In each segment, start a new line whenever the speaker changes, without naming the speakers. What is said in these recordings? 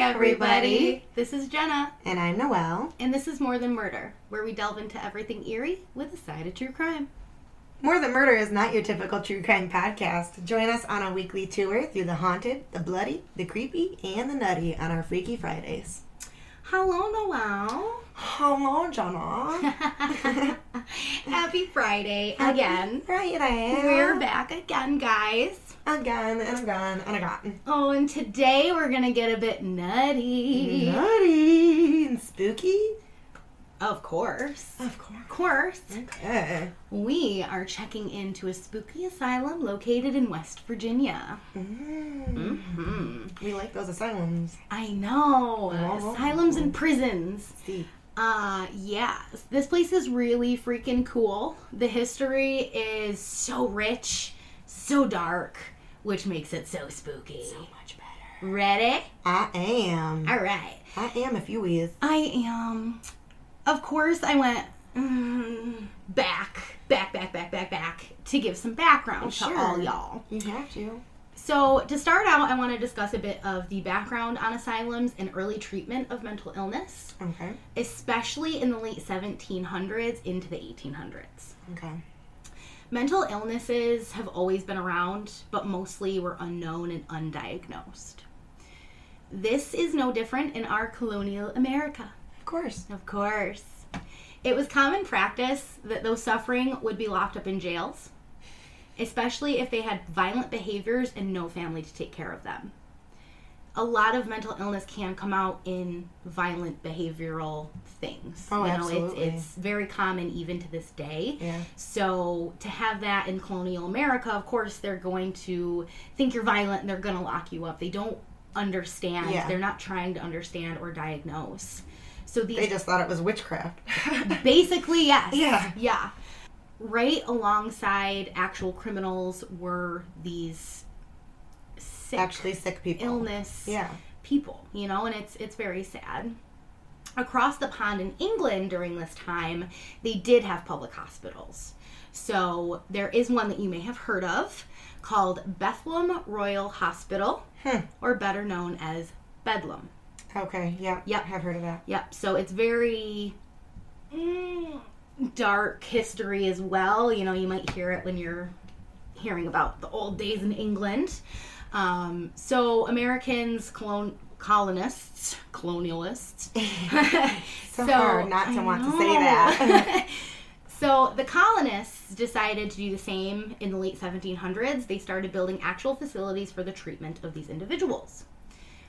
everybody. This is Jenna,
And I'm Noelle.
and this is More Than Murder, where we delve into everything eerie with a side of true crime.
More Than Murder is not your typical true crime podcast. Join us on a weekly tour through the haunted, the bloody, the creepy, and the nutty on our Freaky Fridays.
Hello, Noel.
Hello, Jenna.
Happy Friday again.
Right, I am.
We're back again, guys.
Again, and again, and again.
Oh, and today we're gonna get a bit nutty.
Nutty and spooky?
Of course.
Of course.
Of course.
Okay.
We are checking into a spooky asylum located in West Virginia.
Mm.
hmm
We like those asylums.
I know.
Oh.
Asylums and prisons.
See.
Uh, yeah. This place is really freaking cool. The history is so rich, so dark, which makes it so spooky.
Much better.
Ready?
I am.
All right.
I am, if you is.
I am. Of course, I went mm, back, back, back, back, back, back to give some background to
Sure.
all y'all.
You have to.
So, to start out, I want to discuss a bit of the background on asylums and early treatment of mental illness,
Okay.
especially in the late 1700s into the 1800s.
Okay.
Mental illnesses have always been around, but mostly were unknown and undiagnosed. This is no different in our colonial America.
Of course.
Of course. It was common practice that those suffering would be locked up in jails, especially if they had violent behaviors and no family to take care of them. A lot of mental illness can come out in violent behavioral things.
Oh, absolutely.
It's, it's very common even to this day.
Yeah.
So to have that in colonial America, of course, they're going to think you're violent and they're going to lock you up. They don't understand.
Yeah.
They're not trying to understand or diagnose. So these
They just thought it was witchcraft.
basically yes.
Yeah.
Yeah. Right alongside actual criminals were these sick
Actually, sick people.
illness
Yeah.
people, you know, and it's it's very sad. Across the pond in England during this time, they did have public hospitals. So there is one that you may have heard of called Bethlehem Royal Hospital,
Hmm.
or better known as Bedlam.
Okay. Yeah.
Yep.
I've heard of that.
Yep, so it's very mm, dark history as well. You know, you might hear it when you're hearing about the old days in England. Um, so Americans, colon- colonists, colonialists.
So hard not to
I
want to say that.
so the colonists decided to do the same in the late 1700s. They started building actual facilities for the treatment of these individuals.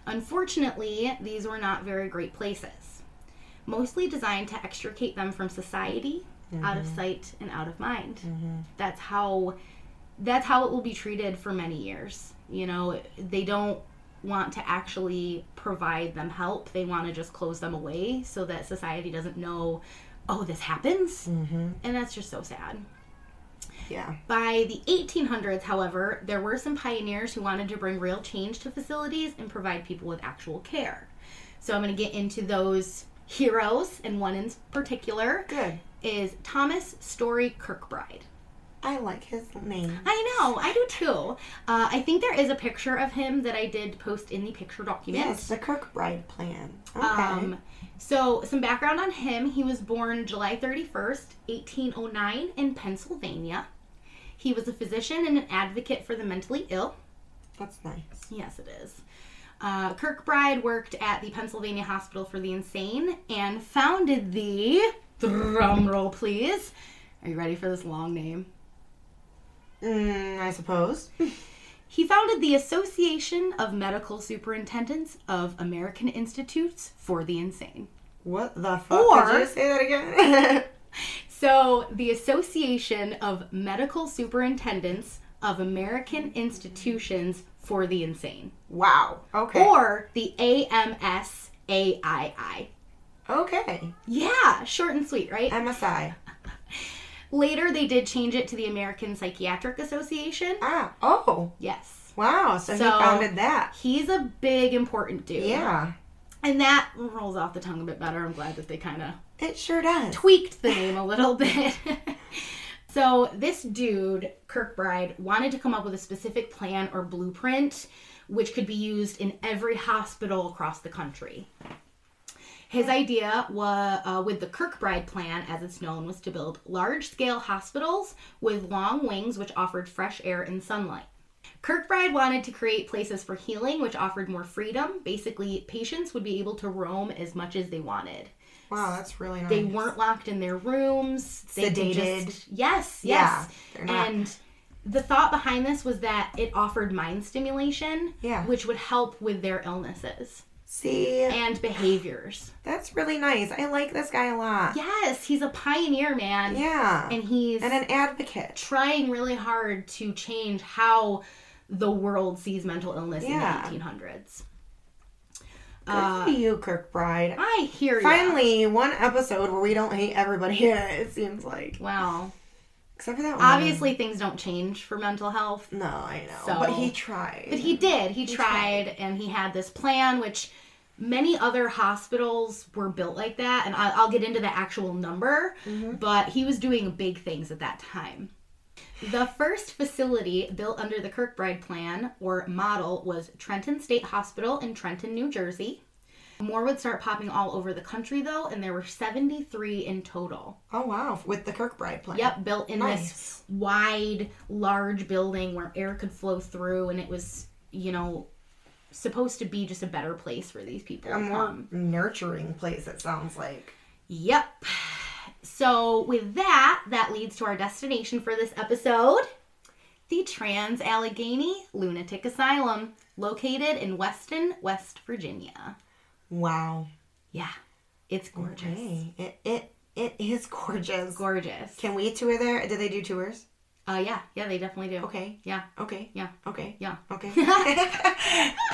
Unfortunately, these were not very great places, mostly designed to extricate them from society, out
Mm-hmm.
of sight and out of mind. That's how that's how it will be treated for many years. You know, they don't want to actually provide them help. They want to just close them away so that society doesn't know, oh, this happens.
Mm-hmm.
And that's just so sad.
Yeah.
By the 1800s, however, there were some pioneers who wanted to bring real change to facilities and provide people with actual care. So I'm going to get into those heroes, and one in particular
Good.
is Thomas Story Kirkbride.
I like his name.
I know, I do too. Uh, I think there is a picture of him that I did post in the picture document.
Yes, the Kirkbride plan. Okay.
Um, so, some background on him. He was born July 31st, 1809, in Pennsylvania. He was a physician and an advocate for the mentally ill.
That's nice.
Yes, it is. Uh, Kirkbride worked at the Pennsylvania Hospital for the Insane and founded the. Drum roll, please. Are you ready for this long name?
Mm, I suppose.
He founded the Association of Medical Superintendents of American Institutes for the Insane.
What the fuck?
Or-
Did you say that again?
So, the Association of Medical Superintendents of American Institutions for the Insane,
wow. Okay.
or the AMSAII.
okay.
Yeah, short and sweet, right?
MSI.
Later, they did change it to the American Psychiatric Association.
Ah. Oh.
Yes.
Wow. So, he
So-
founded that.
He's a big, important dude.
Yeah.
And that rolls off the tongue a bit better. I'm glad that they kind of
It sure does.
tweaked the name a little bit. so this dude, Kirkbride, wanted to come up with a specific plan or blueprint which could be used in every hospital across the country. His idea wa- uh, with the Kirkbride plan, as it's known, was to build large scale hospitals with long wings which offered fresh air and sunlight. Kirkbride wanted to create places for healing which offered more freedom. Basically, patients would be able to roam as much as they wanted.
Wow, that's really nice.
They weren't locked in their rooms. They could
Sedated.
just- yes, yes.
Yeah, they're not.
and the thought behind this was that it offered mind stimulation,
Yeah.
which would help with their illnesses
See,
and behaviors.
that's really nice. I like this guy a lot.
Yes, he's a pioneer, man.
Yeah.
And he's
and an advocate.
trying really hard to change how the world sees mental illness
Yeah.
in the 1800s.
Good
Uh,
for you, Kirkbride.
I hear you.
Finally, one episode where we don't hate everybody in it, it seems like.
Wow.
Except for that one.
Obviously, things don't change for mental health.
No, I know.
So-
but he tried.
But he did. He, tried, and he had this plan, which many other hospitals were built like that. And I, I'll get into the actual number, but he was doing big things at that time. The first facility built under the Kirkbride plan or model was Trenton State Hospital in Trenton, New Jersey. More would start popping all over the country though, and there were 73 in total.
Oh, wow. With the Kirkbride plan.
Yep, built in
Nice.
this wide, large building where air could flow through, and it was, you know, supposed to be just a better place for these people.
A
to
more
come.
nurturing place, it sounds like.
Yep. So, with that, that leads to our destination for this episode the Trans Allegheny Lunatic Asylum, located in Weston, West Virginia.
Wow.
Yeah, it's gorgeous.
Hey, it, it, it is gorgeous.
Gorgeous.
Can we tour there? Did they do tours?
Uh, yeah, yeah, they definitely do.
Okay.
Yeah,
Okay.
yeah,
Okay.
yeah.
Okay.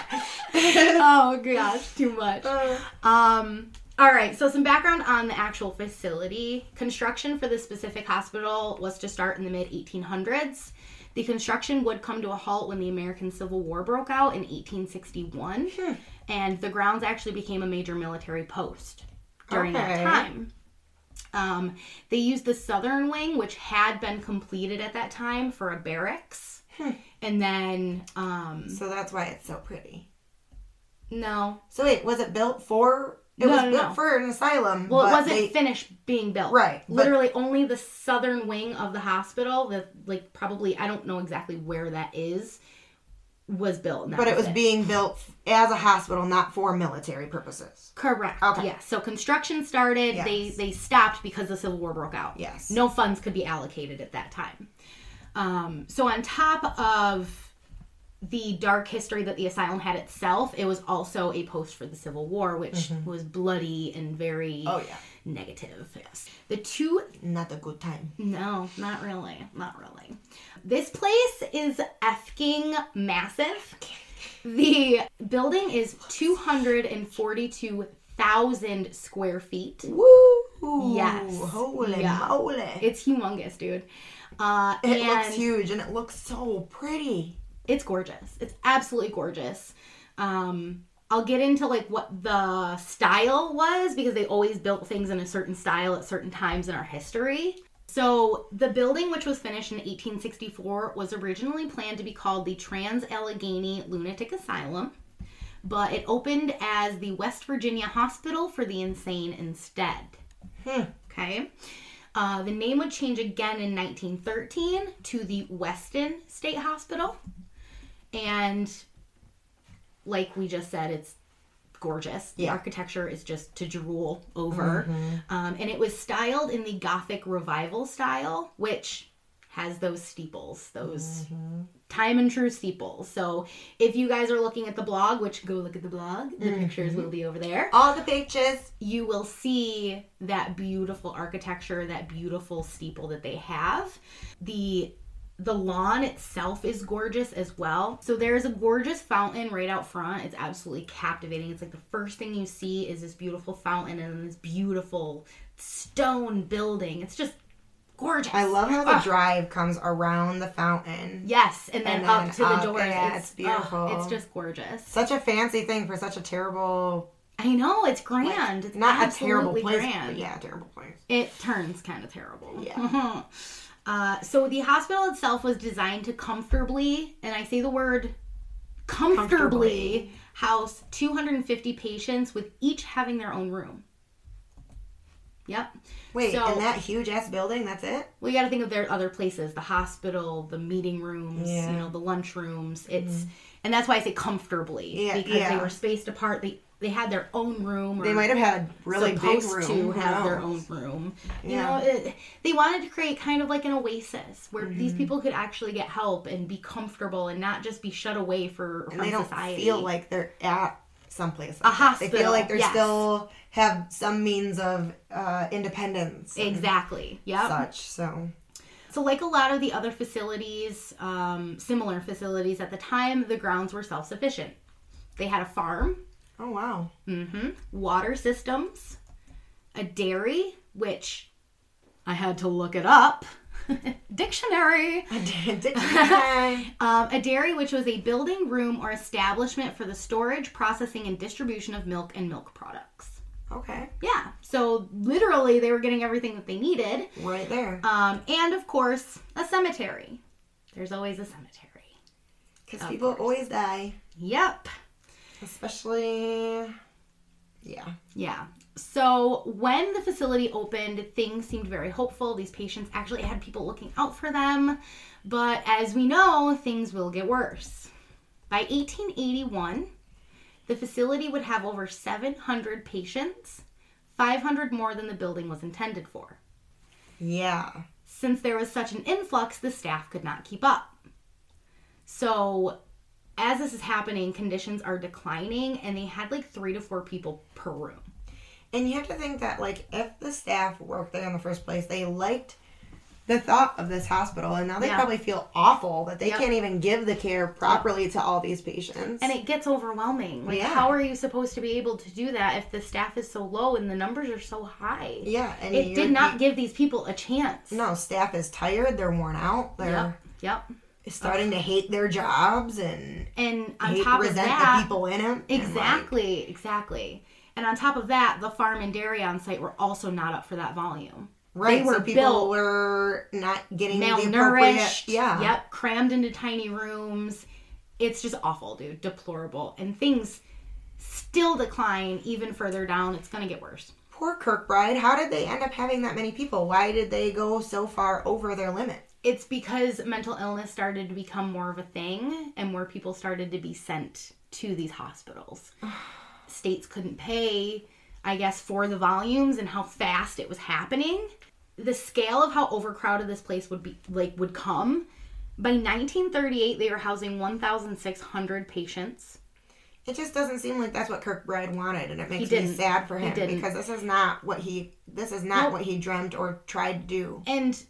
oh gosh, too much.
Uh,
Um, all right, so some background on the actual facility. Construction for this specific hospital was to start in the mid 1800s. The construction would come to a halt when the American Civil War broke out in 1861,
Hmm.
and the grounds actually became a major military post during
Okay.
that time. Um, they used the southern wing, which had been completed at that time, for a barracks.
Hmm.
And then, um,
so that's why it's so pretty.
no,
So wait, was it built for? It
No,
was
no,
built
no.
for an asylum.
Well, it
but
wasn't
they-
finished being built.
Right, but-
Literally, only the southern wing of the hospital, the like probably I don't know exactly where that is, was built. and that
but it was
it.
being built as a hospital, not for military purposes.
correct.
Okay.
Yes. So construction started. They
Yes.
they stopped because the Civil War broke out.
Yes.
No funds could be allocated at that time. Um, so on top of the dark history that the asylum had itself, it was also a post for the Civil War, which was bloody and very
Mm-hmm. Oh, yeah.
negative. Yes. The two
Not a good time.
No, not really. Not really. This place is effing massive. The building is 242,000 square feet.
Woo!
Yes.
Holy
Yeah.
moly! It,
It's humongous, dude. Uh, and
looks huge and it looks so pretty.
it's gorgeous. It's absolutely gorgeous. Um, I'll get into like what the style was because they always built things in a certain style at certain times in our history. So the building, which was finished in 1864, was originally planned to be called the Trans Allegheny Lunatic Asylum, but it opened as the West Virginia Hospital for the Insane instead. Okay. Uh, the name would change again in 1913 to the Weston State Hospital. And like we just said, it's gorgeous. The
Yeah.
architecture is just to drool over. Um, and it was styled in the Gothic Revival style, which has those steeples, those time and true steeples. So if you guys are looking at the blog, which go look at the blog, the pictures will be over there
All the pictures.
you will see that beautiful architecture, that beautiful steeple that they have. The the lawn itself is gorgeous as well. So there is a gorgeous fountain right out front. It's absolutely captivating. It's like the first thing you see is this beautiful fountain and then this beautiful stone building. It's just gorgeous.
I love how the drive comes around the fountain.
Ah. Yes, and then,
And
up
then
to the
up,
doors.
yeah,
it's,
it's beautiful.
ugh, it's just gorgeous.
Such a fancy thing for such a terrible,
I know it's grand. it's
not a terrible
absolutely
place.
Grand.
But yeah, a terrible place.
it turns kind of terrible.
Yeah.
uh, so the hospital itself was designed to comfortably, and I say the word comfortably house 250 patients with each having their own room. Yep.
Wait,
So-
in that huge ass building, that's it?
Well, you got to think of their other places the hospital, the meeting rooms,
Yeah. Mm-hmm.
you know, the lunch rooms. It's, and that's why I say comfortably
Yeah,
because they
yeah.
were spaced apart. They, they had their own room. Or
They might have had a really big
Mm. supposed
room.
to
Who
have their
knows?
own room. You
Yeah.
know, it, they wanted to create kind of like an oasis where these
Mm-hmm.
people could actually get help and be comfortable and not just be shut away for
And
from
they don't
society.
feel like they're at someplace.
A
Like that. They
hospital,
feel like they're
yes.
still have some means of uh, independence and
exactly. Yep.
such. So
So, like a lot of the other facilities, um, similar facilities at the time, the grounds were self sufficient. They had a farm,
oh wow.
water systems, a dairy, which I had to look it up. Dictionary.
Dictionary.
Um, a dairy, which was a building, room, or establishment for the storage, processing, and distribution of milk and milk products.
okay.
Yeah, so literally they were getting everything that they needed.
Right there.
Um, and of course, a cemetery. There's always a cemetery.
Because people always die.
Yep.
Especially Yeah.
Yeah. So when the facility opened, things seemed very hopeful. These patients actually had people looking out for them. But as we know, things will get worse. By 1881, the facility would have over 700 patients, 500 more than the building was intended for.
Yeah.
Since there was such an influx, the staff could not keep up. So, as this is happening, conditions are declining, and they had like three to four people per room.
And you have to think that, like, if the staff worked there in the first place, they liked the thought of this hospital, and now they
Yeah.
probably feel awful that they
Yep.
can't even give the care properly to all these patients.
And it gets overwhelming. Like,
Yeah.
how are you supposed to be able to do that if the staff is so low and the numbers are so high?
yeah, and
It
you-
did not give these people a chance.
no, staff is tired. They're worn out. They're
Yep. Yep.
starting to hate their jobs and
And on
hate,
top of
resent
that,
the people in them.
exactly, exactly. And on top of that, the farm and dairy on site were also not up for that volume.
right,
They were
so people
built
were not getting the appropriate.
malnourished.
Yeah,
Yep. Crammed into tiny rooms. It's just awful, dude. Deplorable. And things still decline even further down. It's gonna get worse.
poor Kirkbride. How did they end up having that many people? Why did they go so far over their limit?
it's because mental illness started to become more of a thing and more people started to be sent to these hospitals. States couldn't pay, I guess, for the volumes and how fast it was happening. The scale of how overcrowded this place would be like would come. By 1938, they were housing 1,600 patients.
It just doesn't seem like that's what Kirkbride wanted, and it makes me
didn't.
sad for him
didn't.
because this is not what he this is not
Nope.
what he dreamt or tried to do.
And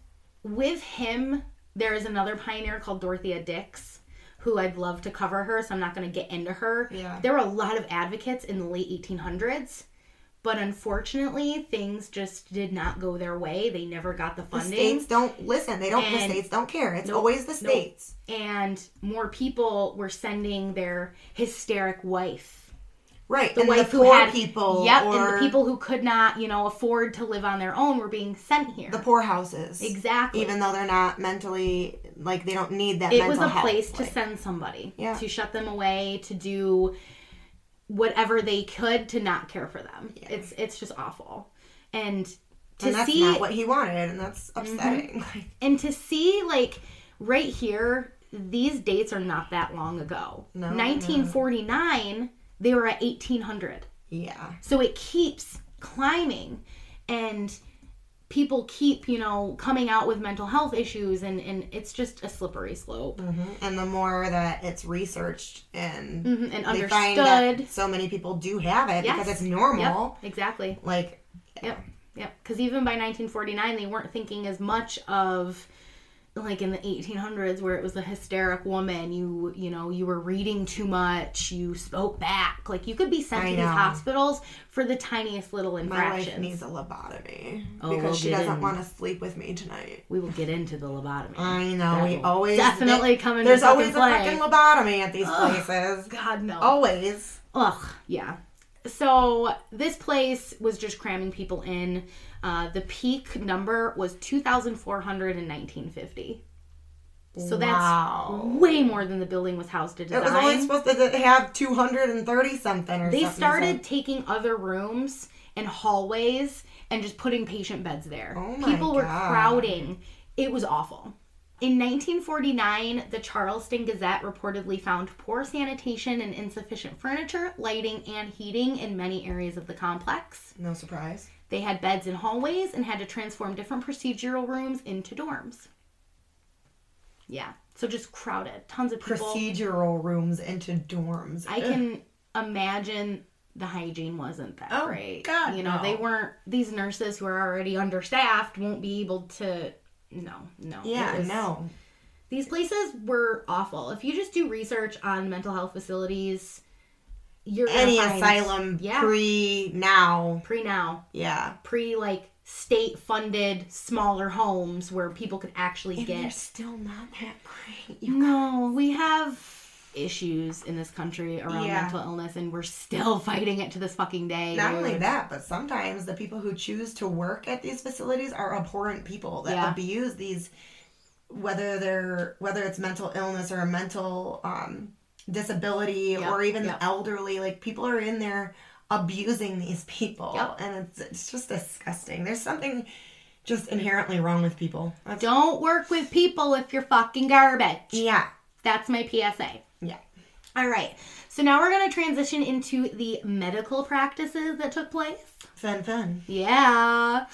with him, there is another pioneer called Dorothea Dix, who I'd love to cover her, so I'm not going to get into her.
Yeah.
There were a lot of advocates in the late 1800s, but unfortunately, things just did not go their way. They never got the funding.
States don't listen. They don't. The
And-
states don't care. It's always the states.
and more people were sending their hysteric wife.
Right.
The
and
wife
the
who
poor
had
people.
Yep,
or
and the people who could not, you know, afford to live on their own were being sent here.
the poor houses.
exactly.
Even though they're not mentally like they don't need that.
it
mental
was a
health,
place to
like-
send somebody
Yeah.
to shut them away to do whatever they could to not care for them it's it's just awful and to
and that's
see Mm-hmm.
not what he wanted, and that's upsetting. Like,
and to see like right here these dates are not that long ago
No,
1949 they were at 1800
yeah.
so it keeps climbing and people keep you know coming out with mental health issues and and it's just a slippery slope
And the more that it's researched and
Mhm, and
they
understood
find that so many people do have it
Yes.
because it's normal.
Yep, exactly.
Like
Yep. Yep. Because even by 1949, they weren't thinking as much of like in the 1800s where it was a hysteric woman you you know you were reading too much you spoke back like you could be sent to
I know.
these hospitals for the tiniest little
My wife
infractions
needs a lobotomy
Oh,
because
we'll
she
get
doesn't
in.
want to sleep with me tonight.
we will get into the lobotomy
I know.
That
we
will
always
definitely come into
There's
fucking
always
play.
a fucking lobotomy at these places.
god no
Always.
Ugh, yeah. So this place was just cramming people in. Uh, the peak number was 2,400 in 1950. So
Wow.
that's way more than the building was housed to
It
design.
was only supposed to have 230 something or something.
they
so-
started taking other rooms and hallways and just putting patient beds there.
Oh my
People were
God.
crowding. It was awful. In 1949, the Charleston Gazette reportedly found poor sanitation and insufficient furniture, lighting, and heating in many areas of the complex.
No surprise.
They had beds in hallways and had to transform different procedural rooms into dorms. Yeah, so just crowded, tons of people.
Procedural rooms into dorms.
I can imagine the hygiene wasn't that
Oh,
great.
God,
you know, they
no.
weren't these nurses who are already understaffed won't be able to no, no. it
Yeah,
was-
no.
These places were awful. If you just do research on mental health facilities, you're gonna
Any
find-
asylum
Yeah.
pre now.
pre now,
Yeah.
pre like state funded smaller homes where people could actually
And they're
get
still not that great. You-
No, we have issues in this country around
Yeah.
mental illness and we're still fighting it to this fucking day.
Not
dude.
only that, but sometimes the people who choose to work at these facilities are abhorrent people that
Yeah.
abuse these whether they're whether it's mental illness or a mental um disability
Yep,
or even
yep.
the elderly like people are in there abusing these people
Yep.
and it's it's just disgusting there's something just inherently wrong with people That's-
Don't work with people if you're fucking garbage.
yeah
That's my PSA.
yeah
All right. So now we're going to transition into the medical practices that took place.
fun fun
Yeah.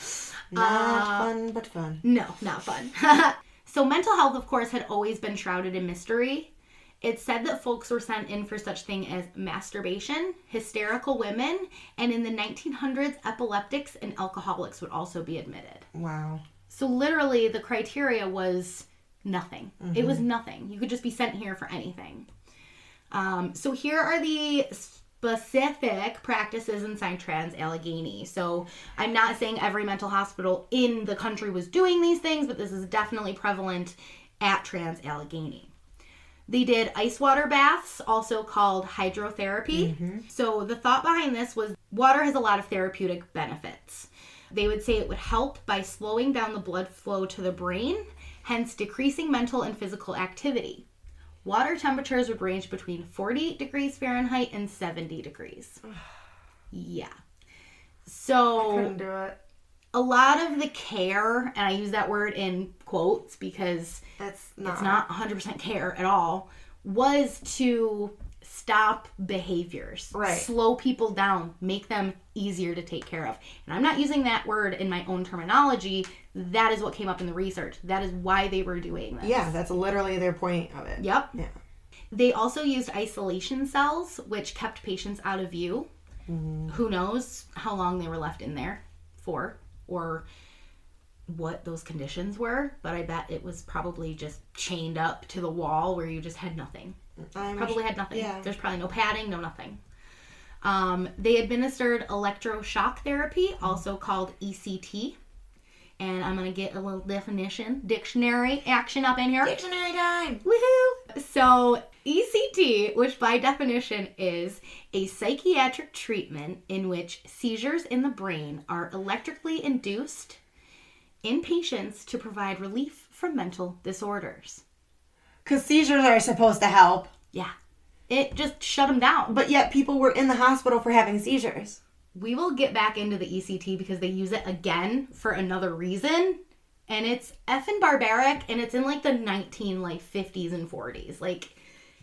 not fun but fun
No, not fun. so, mental health, of course, had always been shrouded in mystery. It's said that folks were sent in for such thing as masturbation, hysterical women, and in the 1900s, epileptics and alcoholics would also be admitted.
wow
So literally, the criteria was nothing. It was nothing. You could just be sent here for anything. Um, so here are the specific practices inside Trans Allegheny. So I'm not saying every mental hospital in the country was doing these things, but this is definitely prevalent at Trans Allegheny. They did ice water baths, also called hydrotherapy. So the thought behind this was water has a lot of therapeutic benefits. They would say it would help by slowing down the blood flow to the brain, hence decreasing mental and physical activity. Water temperatures would range between 40 degrees Fahrenheit and 70 degrees. Yeah. So
couldn't do it
a lot of the care, and I use that word in quotes because
that's not,
it's not 100% care at all was to stop behaviors
Right.
slow people down make them easier to take care of and i'm not using that word in my own terminology that is what came up in the research that is why they were doing this
yeah that's literally their point of it
yep
yeah
they also used isolation cells which kept patients out of view
Mm-hmm.
who knows how long they were left in there for or what those conditions were but i bet it was probably just chained up to the wall where you just had nothing
I'm
probably had nothing
Yeah.
there's probably no padding no nothing um, they administered electroshock therapy
Mm-hmm.
also called ect and i'm gonna get a little definition dictionary action up in here
Dictionary time.
Woohoo! So, ECT, which by definition is a psychiatric treatment in which seizures in the brain are electrically induced in patients to provide relief from mental disorders.
Because seizures are supposed to help,
Yeah. It just shut them down.
but yet people were in the hospital for having seizures.
We will get back into the ECT because they use it again for another reason. And it's effing barbaric and it's in like the 19 like 50s and 40s. Like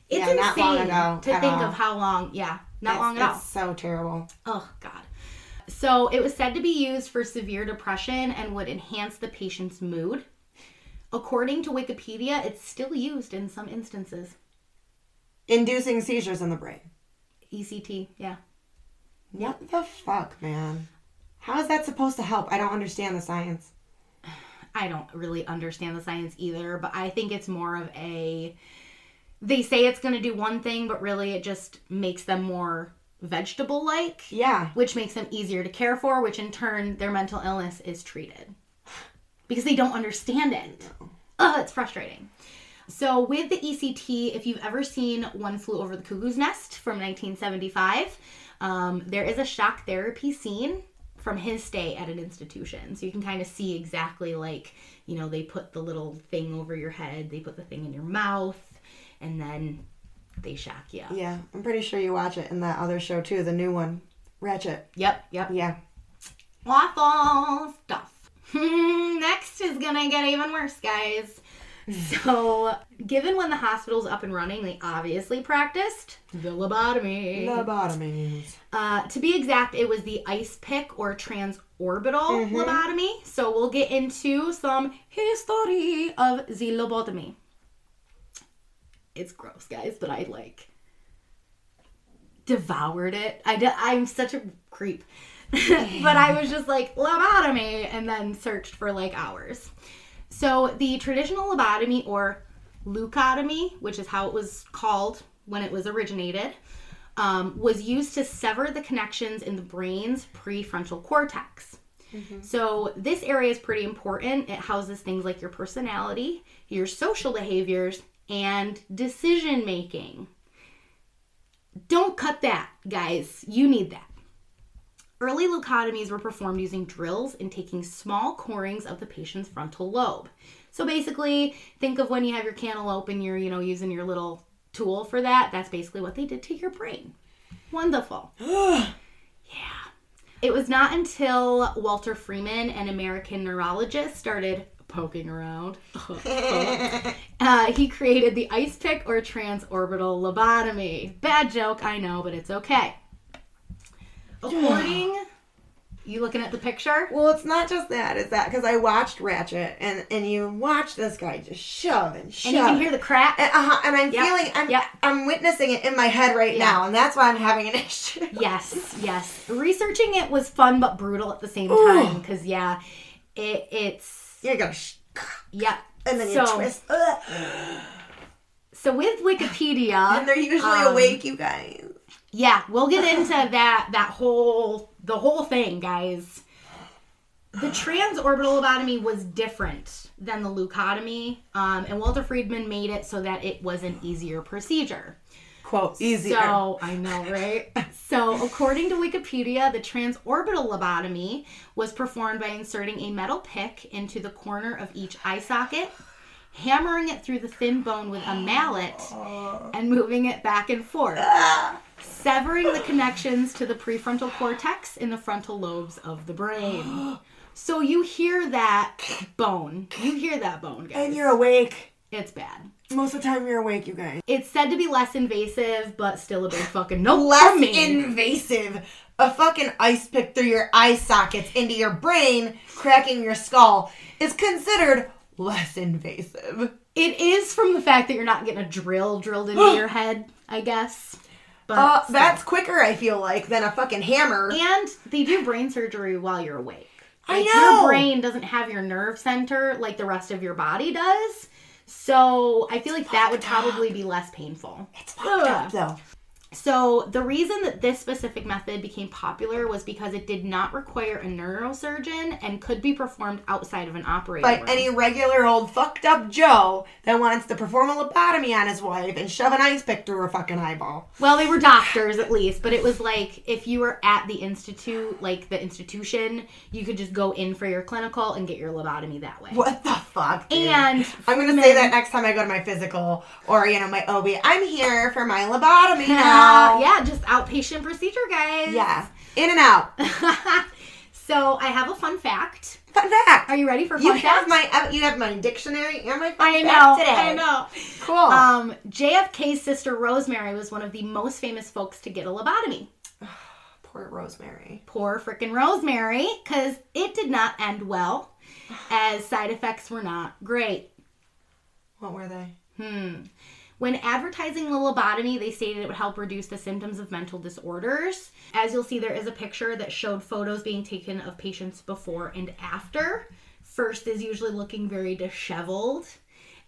it's
Yeah,
insane
not long ago
to
at
think
all.
of how long, yeah, not
It's-
long at all.
It's so terrible.
Oh god. So it was said to be used for severe depression and would enhance the patient's mood. According to Wikipedia, it's still used in some instances.
Inducing seizures in the brain.
ECT, E yeah.
What the fuck, man? How is that supposed to help? I don't understand the science.
I don't really understand the science either, but I think it's more of a they say it's going to do one thing, but really it just makes them more vegetable like,
Yeah.
which makes them easier to care for, which in turn their mental illness is treated. Because they don't understand it. Ugh, it's frustrating. So, with the ECT, if you've ever seen One Flew Over the Cuckoo's Nest from 1975, um, there is a shock therapy scene from his stay at an institution. So you can kind of see exactly like, you know, they put the little thing over your head, they put the thing in your mouth, and then they shock you. up.
Yeah, I'm pretty sure you watch it in that other show too, the new one, Ratchet.
Yep, yep.
Yeah.
Waffle stuff. Hmm, Next is gonna get even worse, guys. So, given when the hospital's up and running, they obviously practiced the lobotomy.
Lobotomies.
Uh, to be exact, it was the ice pick or transorbital lobotomy. So we'll get into some history of the lobotomy. It's gross, guys, but I like devoured it. I d- I'm such a creep. but I was just like lobotomy and then searched for like hours. So the traditional lobotomy or leucotomy, which is how it was called when it was originated, um, was used to sever the connections in the brain's prefrontal cortex. So this area is pretty important. It houses things like your personality, your social behaviors, and decision making. Don't cut that, guys. You need that. Early leucotomies were performed using drills and taking small corings of the patient's frontal lobe. So basically, think of when you have your cantaloupe and you're, you know, using your little tool for that. That's basically what they did to your brain. Wonderful. It was not until Walter Freeman, an American neurologist, started poking around. uh, he created the ice pick or transorbital lobotomy. Bad joke, I know, but it's okay. According, you looking at the picture?
Well, it's not just that. It's that because I watched Ratchet, and and you watch this guy just shove and shove.
And you can hear the crack.
And, uh-huh, and I'm
Yep,
feeling, I'm,
yep.
I'm witnessing it in my head right
Yeah.
now, and that's why I'm having an issue.
yes, yes. Researching it was fun but brutal at the same
Ooh.
time because yeah, it it's
You go, sh-
yeah.
and then you
So-
twist. Ugh.
So with Wikipedia,
And they're usually
um,
awake, you guys.
Yeah, we'll get into that that whole the whole thing, guys. The transorbital lobotomy was different than the leucotomy, um, and Walter Friedman made it so that it was an easier procedure.
Quote, easier.
So I know, right? so according to Wikipedia, the transorbital lobotomy was performed by inserting a metal pick into the corner of each eye socket, hammering it through the thin bone with a mallet,
Uh.
and moving it back and forth,
Ah.
severing the connections to the prefrontal cortex in the frontal lobes of the brain. So you hear that bone. You hear that bone, guys.
and you're awake.
it's bad.
Most of the time, you're awake, you guys.
It's said to be less invasive, but still a big fucking no.
Less
for me.
invasive. A fucking ice pick through your eye sockets into your brain, cracking your skull, is considered less invasive.
It is from the fact that you're not getting a drill drilled into your head, I guess. But
Uh, that's quicker, I feel like, than a fucking hammer.
and they do brain surgery while you're awake.
I
Like,
know!
your brain doesn't have your nerve center like the rest of your body does. So I feel like that would probably be less painful.
It's fucked up, though.
So the reason that this specific method became popular was because it did not require a neurosurgeon and could be performed outside of an operating
By
room.
any regular old fucked up Joe that wants to perform a lobotomy on his wife and shove an ice pick through her fucking eyeball.
Well, they were doctors at least, but it was like if you were at the institute, like the institution, you could just go in for your clinical and get your lobotomy that way.
What the fuck? dude?
And
I'm gonna say that next time I go to my physical or you know my OB. I'm here for my lobotomy now.
Uh, yeah, just outpatient procedure, guys.
Yeah. In and out.
so I have a fun fact.
Fun fact.
Are you ready for fun
you
fact?
have my uh, you have my dictionary and my fun
I know.
fact today. Oh.
I know.
Cool.
Um, JFK's sister Rosemary was one of the most famous folks to get a lobotomy.
Poor Rosemary.
poor frickin' Rosemary because it did not end well, as side effects were not great.
What were they?
When advertising the lobotomy, they stated it would help reduce the symptoms of mental disorders. As you'll see, there is a picture that showed photos being taken of patients before and after. First is usually looking very disheveled,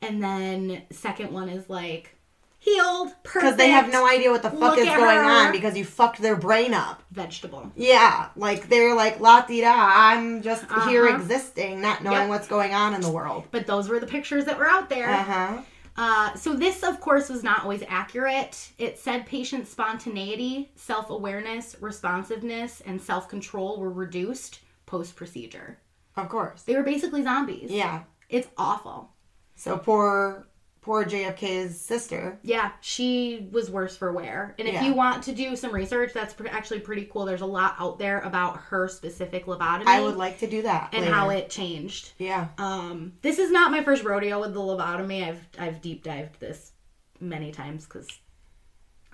and then second one is like healed, perfect.
Because they have no idea what the fuck
Look
is
at
going on
her.
because you fucked their brain up.
vegetable.
Yeah, like they're like la di da. I'm just here
Uh-huh.
existing, not knowing
Yep.
what's going on in the world.
But those were the pictures that were out there.
Uh huh.
Uh, so, this, of course, was not always accurate. It said patient spontaneity, self awareness, responsiveness, and self control were reduced post procedure.
Of course.
They were basically zombies.
Yeah.
It's awful.
So poor, poor JFK's sister.
Yeah, she was worse for wear. And if
Yeah.
you want to do some research, that's pre- actually pretty cool. There's a lot out there about her specific lobotomy
I would like to do that.
and
later.
how it changed.
Yeah.
Um, this is not my first rodeo with the lobotomy. I've I've deep dived this many times because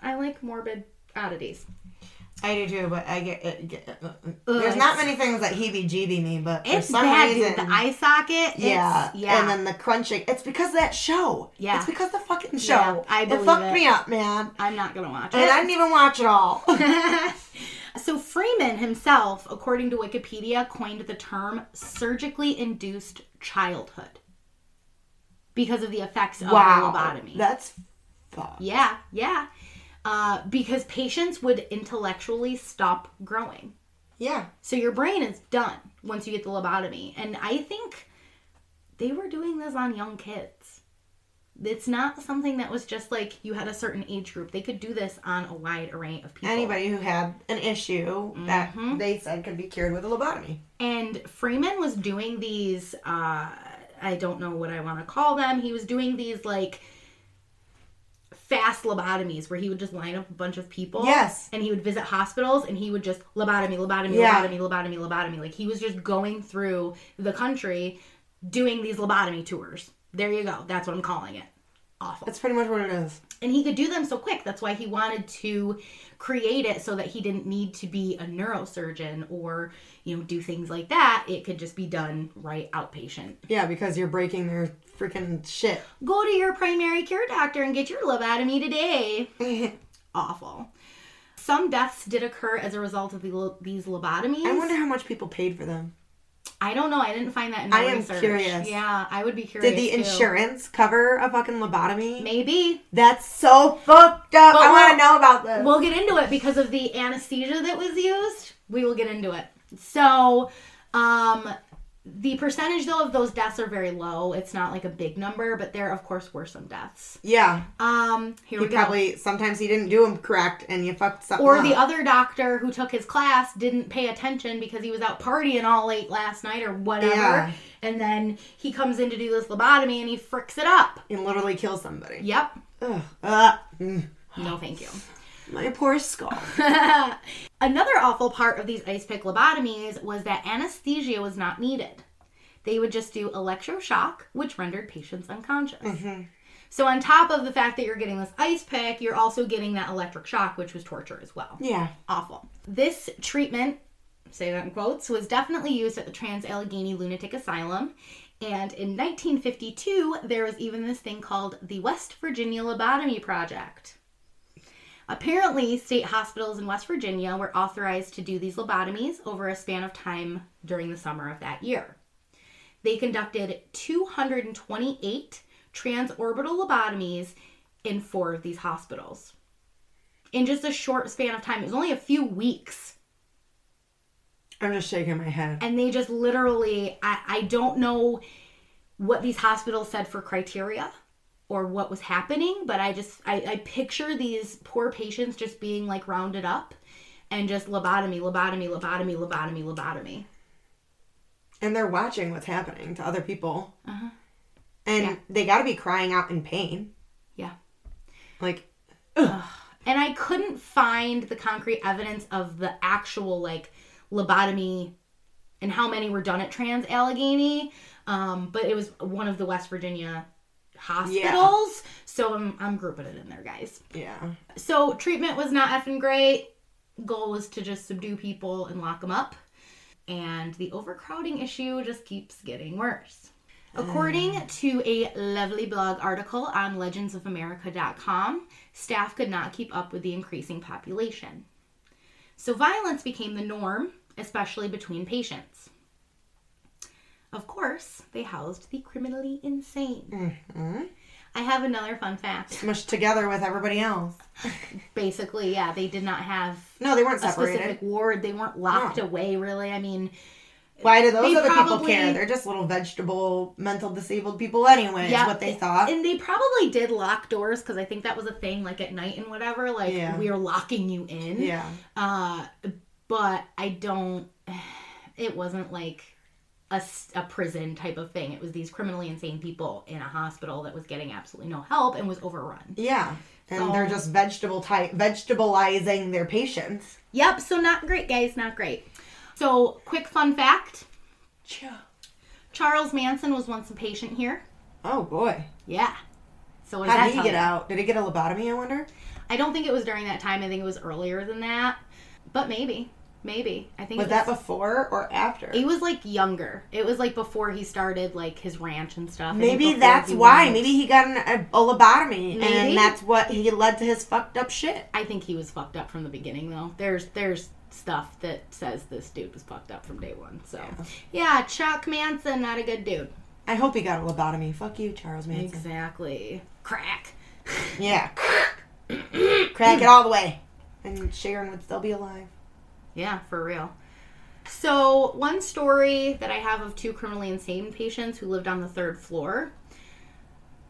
I like morbid oddities.
I do too, but I get. It, get uh, uh,
Ugh,
there's not many things that heebie-jeebie me, but for
It's
some
bad,
reason,
dude. The eye socket. It's,
yeah,
yeah, yeah.
and then the crunching. It's because of that show.
Yeah.
it's because of the fucking show.
Yeah, I
it
believe
fucked
it.
me up, man.
I'm not gonna watch
And I
it.
didn't even watch it all.
Oh, so Freeman himself, according to Wikipedia, coined the term surgically induced childhood because of the effects of
wow,
the lobotomy.
that's fucked.
yeah, yeah. Uh, because patients would intellectually stop growing.
Yeah,
So your brain is done once you get the lobotomy. And I think they were doing this on young kids. It's not something that was just like you had a certain age group. They could do this on a wide array of people.
anybody who had an issue that they said could be cured with a lobotomy.
And Freeman was doing these, uh, I don't know what I want to call them. He was doing these like fast lobotomies where he would just line up a bunch of people.
Yes.
And he would visit hospitals and he would just lobotomy, lobotomy,
Yeah.
lobotomy, lobotomy, lobotomy. Like he was just going through the country doing these lobotomy tours. There you go. That's what I'm calling it. Awful.
That's pretty much what it is.
And he could do them so quick. That's why he wanted to create it so that he didn't need to be a neurosurgeon or, you know, do things like that. It could just be done right outpatient.
Yeah, because you're breaking their freaking shit.
Go to your primary care doctor and get your lobotomy today. Awful. Some deaths did occur as a result of the lo- these lobotomies.
I wonder how much people paid for them.
I don't know. I didn't find that in
I
my
am
research.
curious.
Yeah, I would be curious.
Did the
too.
insurance cover a fucking lobotomy?
Maybe
That's so fucked up. I
we'll-
want to know about this.
We'll get into it because of the anesthesia that was used. We will get into it. So, um, the percentage though of those deaths are very low. It's not like a big number, but there of course were some deaths.
yeah,
Um, here
you
we go.
probably sometimes he didn't do them correct, and you fucked something
or
up.
the other doctor who took his class didn't pay attention because he was out partying all late last night or whatever.
Yeah.
And then he comes in to do this lobotomy and he fricks it up.
and literally kill somebody.
Yep.
Ugh. Ah. Mm.
No, thank you.
my poor skull.
Another awful part of these ice pick lobotomies was that anesthesia was not needed. They would just do electroshock, which rendered patients unconscious. So, on top of the fact that you're getting this ice pick, you're also getting that electric shock, which was torture as well.
yeah,
Awful. This treatment, say that in quotes, was definitely used at the Trans Allegheny Lunatic Asylum. And in 1952, there was even this thing called the West Virginia Lobotomy Project. Apparently, state hospitals in West Virginia were authorized to do these lobotomies over a span of time during the summer of that year. They conducted 228 transorbital lobotomies in four of these hospitals in just a short span of time. It was only a few weeks.
I'm just shaking my head.
And they just literally, I, I don't know what these hospitals said for criteria or what was happening, but I just, I, I picture these poor patients just being like rounded up and just lobotomy, lobotomy, lobotomy, lobotomy, lobotomy.
And they're watching what's happening to other people, and they got to be crying out in pain.
Yeah.
Like,
And I couldn't find the concrete evidence of the actual like lobotomy and how many were done at Trans Allegheny. Um, but it was one of the West Virginia hospitals. So I'm, I'm grouping it in there, guys.
yeah,
So treatment was not effing great. Goal was to just subdue people and lock them up. And the overcrowding issue just keeps getting worse. According to a lovely blog article on legendsofamerica.com, staff could not keep up with the increasing population. So violence became the norm, especially between patients. Of course, they housed the criminally insane. I have another fun fact
mushed together with everybody else.
basically yeah they did not have
No, they weren't
a
separated. Oh.
specific ward they weren't locked
No.
away really i mean
Why do those
They
other people
probably-
care? They're just little vegetable, mental disabled people anyway,
Yeah.
is what they thought.
And they probably did lock doors because I think that was a thing, like at night and whatever. Like
Yeah.
we are locking you in.
yeah.
Uh, but I don't. It wasn't like a, s- a prison type of thing. It was these criminally insane people in a hospital that was getting absolutely no help and was overrun.
Yeah. And
So-
they're just vegetable type vegetableizing their patients.
Yep. So not great, guys. Not great. So quick fun fact: Charles Manson was once a patient here.
Oh boy.
Yeah. So what does
How
that
did he
tell
get
you?
out? Did he get a lobotomy, I wonder?
I don't think it was during that time. I think it was earlier than that. But maybe, maybe. I think
Was
it
that before or after?
He was like younger. It was like before he started like his ranch and stuff. I think
Maybe
before
that's
he
why.
went-
Maybe he got an, a, a lobotomy,
Maybe.
and that's what he led to his fucked up shit.
I think he was fucked up from the beginning though. There's there's stuff that says this dude was fucked up from day one. So yeah, Chuck Manson, not a good dude.
I hope he got a lobotomy. Fuck you, Charles Manson.
Exactly. Crack.
Yeah. Crack it all the way. And Sharon would still be alive.
Yeah, for real. So, one story that I have of two criminally insane patients who lived on the third floor.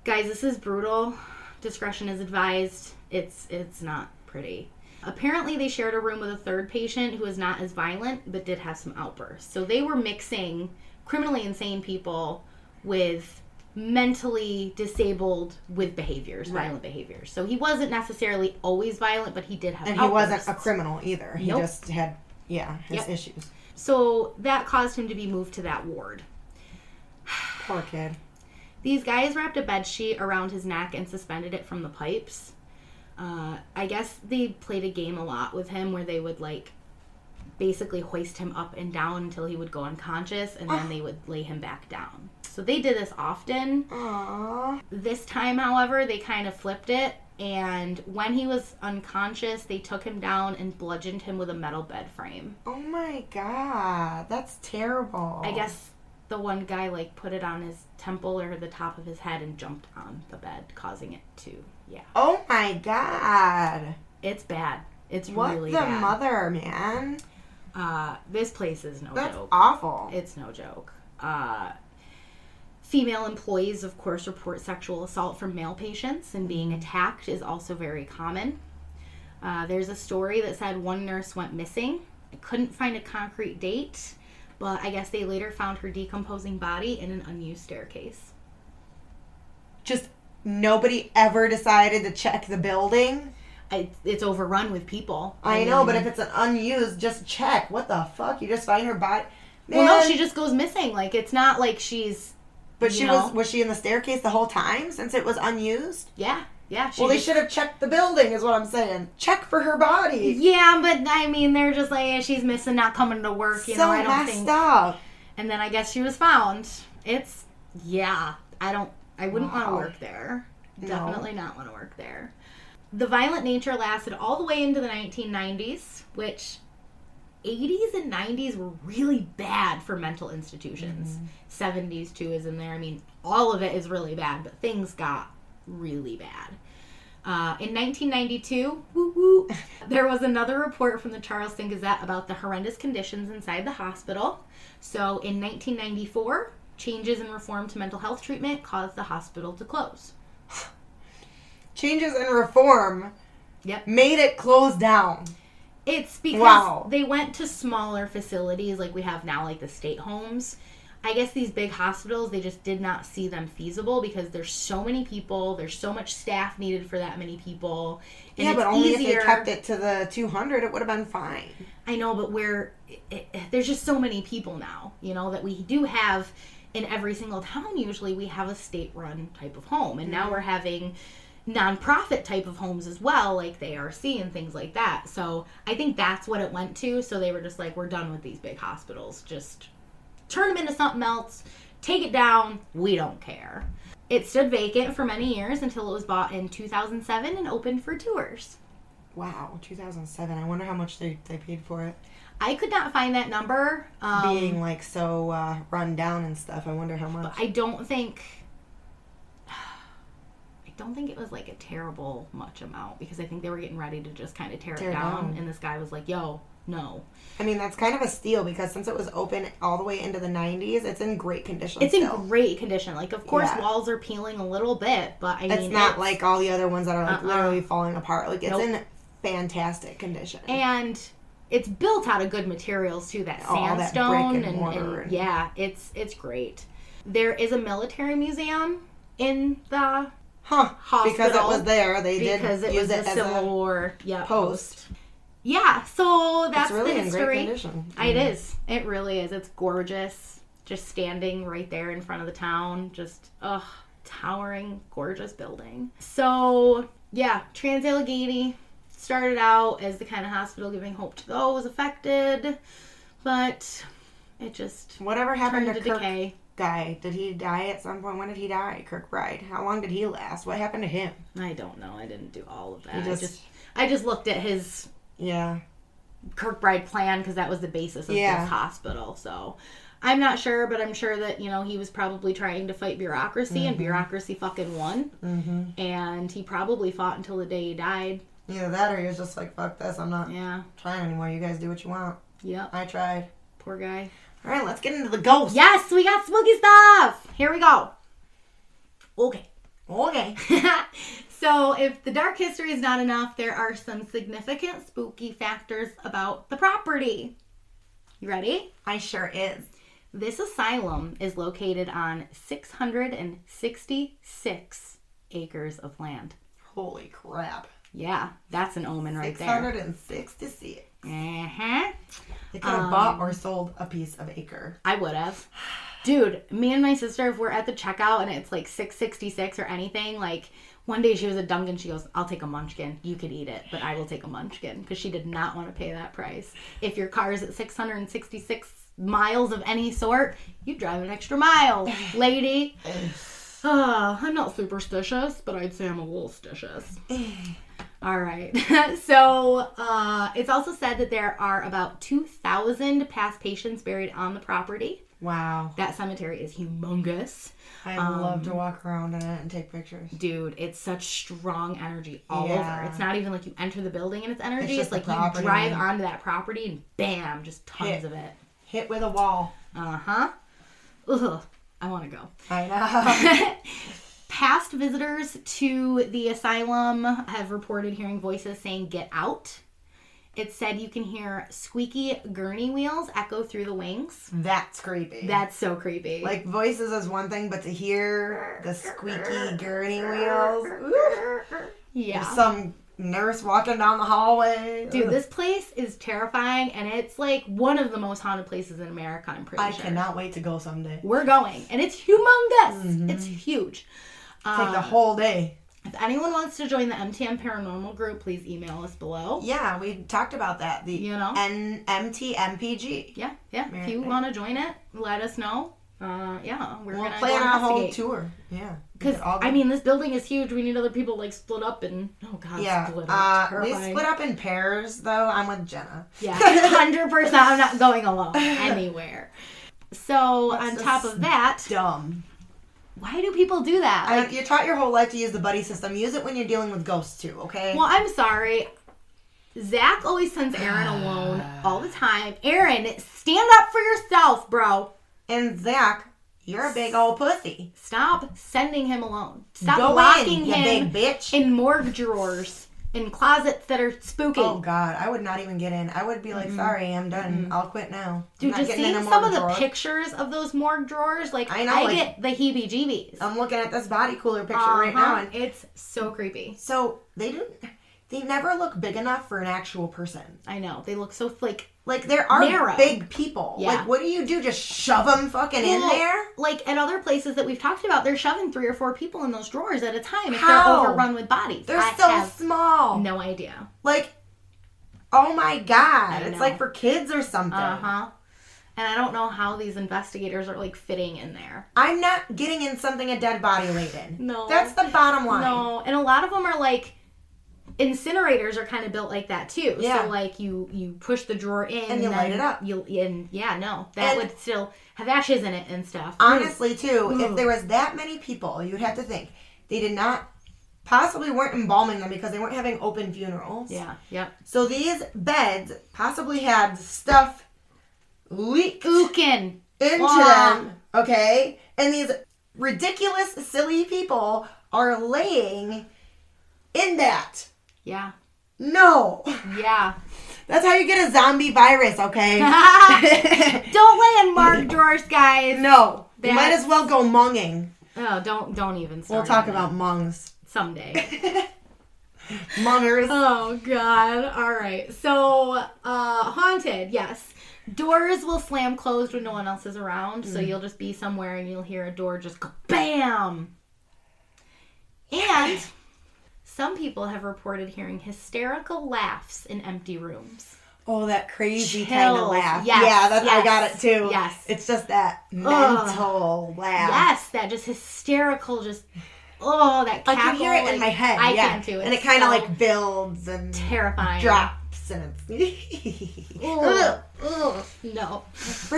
Guys, this is brutal. Discretion is advised. It's it's not pretty. Apparently, they shared a room with a third patient who was not as violent but did have some outbursts. So, they were mixing criminally insane people with mentally disabled with behaviors, violent behaviors. So, he wasn't necessarily always violent, but he did have
And he
outbursts.
wasn't a criminal either. He
Oh, Nope.
just had, yeah, his
Yep.
issues.
So that caused him to be moved to that ward.
Poor kid.
These guys wrapped a bed sheet around his neck and suspended it from the pipes. Uh, I guess they played a game a lot with him where they would like basically hoist him up and down until he would go unconscious and then they would lay him back down. So they did this often.
Aww.
This time, however, they kind of flipped it. And when he was unconscious, they took him down and bludgeoned him with a metal bed frame.
Oh my god. That's terrible.
I guess the one guy like put it on his temple or the top of his head and jumped on the bed, causing it to yeah.
Oh my god.
It's bad. It's
What
really
the
bad.
mother, man?
uh, this place is no
That's
joke.
awful.
It's no joke. Uh, female employees, of course, report sexual assault from male patients, and being
Mm-hmm.
attacked is also very common. Uh, there's a story that said one nurse went missing. I couldn't find a concrete date, but I guess they later found her decomposing body in an unused staircase.
just nobody ever decided to check the building.
I, it's overrun with people.
I know, but
mean-
if it's an unused, just check. What the fuck? You just find her body. Man,
well, no, she just goes missing. Like it's not like she's
but she
you
was
know.
was she in the staircase the whole time since it was unused?
yeah, yeah. She
well, they
just-
should have checked the building, is what I'm saying. Check for her body.
Yeah, but I mean, they're just like "Eh, she's missing, not coming to work. You
so
know, I don't
messed
think.
up.
And then I guess she was found. It's yeah. I don't. I wouldn't want to
Wow.
work there. Definitely not want to work there. The violent nature lasted all the way into the 1990s, which 80s and 90s were really bad for mental institutions. 70s too is in there. I mean, all of it is really bad, but things got really bad. Uh, in 1992, woo woo, there was another report from the Charleston Gazette about the horrendous conditions inside the hospital. So in 1994, changes and reform to mental health treatment caused the hospital to close.
Changes and reform
Yep.
made it close down.
It's because
Wow.
they went to smaller facilities like we have now, like the state homes. I guess these big hospitals, they just did not see them feasible because there's so many people, there's so much staff needed for that many people.
yeah,
it's
but only if they kept it to the 200, it would have been fine.
I know, but where it, it, eh, there's just so many people now, you know, that we do have in every single town. Usually, we have a state-run type of home, and now we're having nonprofit type of homes as well, like the ARC and things like that. So I think that's what it went to. So they were just like, we're done with these big hospitals. Just turn them into something else. Take it down. We don't care. It stood vacant for many years until it was bought in 2007 and opened for tours.
Wow, 2007. I wonder how much they, they paid for it.
I could not find that number. Um,
Being like so uh, run down and stuff, I wonder how much.
I don't think I don't think it was like a terrible much amount because I think they were getting ready to just kind of tear,
Tear
it
it
down,
down.
and this guy was like, "Yo, No.
I mean, that's kind of a steal because since it was open all the way into the 90s, it's in great condition.
It's
still.
in great condition. Like, of course,
Yeah.
walls are peeling a little bit, but I mean,
It's not like all the other ones that are like
Uh-uh.
literally falling apart. Like it's
Nope.
in fantastic condition.
and it's built out of good materials too. That
All that brick
sandstone
and
and,
mortar
and-
and-
yeah, it's it's great. There is a military museum in the
huh? Because it
Hospital.
was there, they did
because it
use
was
it
the
as
Civil
a
War yeah
post.
Yeah, so that's
It's really
the
in great
history.
condition.
It is. It really is. It's gorgeous. Just standing right there in front of the town. Just ugh, towering, gorgeous building. So yeah, Transallegheny started out as the kind of hospital giving hope to go was affected, but it just
Whatever happened
turned
to
to
Kirk
decay.
guy? Did he die at some point? When did he die? Kirk Bride. How long did he last? What happened to him?
I don't know. I didn't do all of that.
just-
I just I just looked at his
Yeah.
Kirkbride plan because that was the basis of
Yeah.
this hospital. So I'm not sure, but I'm sure that, you know, he was probably trying to fight bureaucracy and bureaucracy fucking won.
Mm-hmm.
And he probably fought until the day he died.
Either that or he was just like, fuck this. I'm not
Yeah.
trying anymore. You guys do what you want.
Yep.
I tried.
Poor guy.
All right, let's get into the ghost.
Yes, we got spooky stuff. Here we go. Okay.
Okay.
so, if the dark history is not enough, there are some significant spooky factors about the property. You ready?
I sure is.
This asylum is located on 666 acres of land.
Holy crap.
Yeah, that's an omen right there.
666.
Uh-huh.
They could have bought or sold a piece of acre.
I would have. Dude, me and my sister, if we're at the checkout and it's like 666 or anything, like one day she was a Dunkin', she goes, I'll take a munchkin. You could eat it, but I will take a munchkin because she did not want to pay that price. If your car is at 666 miles of any sort, you drive an extra mile, lady. Uh, I'm not superstitious, but I'd say I'm a little stitious. All right. so uh, it's also said that there are about 2,000 past patients buried on the property.
Wow.
That cemetery is humongous.
I love to walk around in it and take pictures.
Dude, it's such strong energy all
Yeah.
over. It's not even like you enter the building and it's energy.
It's
It's,
just
like
the
you
property.
drive onto that property and bam, just tons
Hit.
of it.
Hit with a wall.
Uh huh. Ugh, I want to go.
I know.
Past visitors to the asylum have reported hearing voices saying, Get out. It said you can hear squeaky gurney wheels echo through the wings.
That's creepy.
That's so creepy.
like voices is one thing, but to hear the squeaky gurney wheels. Ooh.
yeah.
Some nurse walking down the hallway.
Dude,
Ugh.
this place is terrifying and it's like one of the most haunted places in America, I'm pretty
I
sure.
cannot wait to go someday.
We're going and it's humongous. It's huge.
Mm-hmm.
Um,
Take the whole day.
If anyone wants to join the MTM Paranormal group, please email us below.
Yeah, we talked about that. The
You know?
NMTMPG.
Yeah, yeah. If you
Alright.
want to join it, let us know. Uh, yeah, we're
We'll
gonna
plan
go
our whole
investigate.
tour. Yeah. We
Because
could all go-
I mean, this building is huge. We need other people like split up and oh god,
Yeah,
split up.
uh, we split up in pairs though. I'm with Jenna.
Yeah, hundred percent. I'm not going alone anywhere. So on
That's
top of that,
Dumb.
why do people do that?
I,
Like,
you're taught your whole life to use the buddy system. Use it when you're dealing with ghosts too. Okay.
well, I'm sorry. Zach always sends Aaron alone all the time. Aaron, stand up for yourself, bro.
and Zach, you're a big old pussy.
Stop sending him alone. Stop
Go
locking
in, you
him
big bitch.
in morgue drawers, in closets that are spooky.
Oh God, I would not even get in. I would be like, sorry, I'm done. I'll quit now.
Dude,
I'm not
just
getting in
seeing
no more
some of the
drawer.
pictures of those morgue drawers, like I,
I know, like-
get the heebie-jeebies.
I'm looking at this body cooler picture right
Uh-huh.
now, and
it's so creepy.
so they didn't. They never look big enough for an actual person.
I know they look so like
Like there are
Narrow.
big people.
Yeah.
Like what do you do? Just shove them fucking in
Well,
there?
Like at other places that we've talked about, they're shoving three or four people in those drawers at a time if
How?
they're overrun with bodies.
They're
I
so
have
small.
no idea.
Like, oh my god,
I
it's
know.
like for kids or something.
Uh huh. And I don't know how these investigators are like fitting in there.
I'm not getting in something a dead body laid in.
No.
that's the bottom line.
No, and a lot of them are like incinerators are kind of built like that too.
Yeah.
So like you you push the drawer in
And you light
then
it up.
You and yeah, no, that
And-
would still have ashes in it and stuff. Mm.
Honestly, too, if there was that many people, you'd have to think they did not possibly weren't embalming them because they weren't having open funerals.
Yeah. Yep.
So these beds possibly had stuff leaked
Ookin.
into
Wow.
them, okay? And these ridiculous, silly people are laying in that.
Yeah.
No.
Yeah.
That's how you get a zombie virus, okay?
don't lay in marked drawers, guys.
no. You might
That's-
as well go monging.
Oh, don't don't even start.
We'll talk
on
about mongs.
it. someday.
Mongers.
Oh God! All right. So, uh, haunted. Yes, doors will slam closed when no one else is around. So
Mm.
you'll just be somewhere and you'll hear a door just go bam. And some people have reported hearing hysterical laughs in empty rooms.
Oh, that crazy kind of
Chills.
laugh.
Yes,
yeah, that's, I
yes,
got it too.
yes.
It's just that mental laugh.
Yes, that just hysterical, just oh that.
I
Cackle,
can hear it
like,
in my head.
I
yeah.
can too.
And it
It's
kind of
so
like builds and
terrifying.
drops and it's.
Ugh. Ugh. No.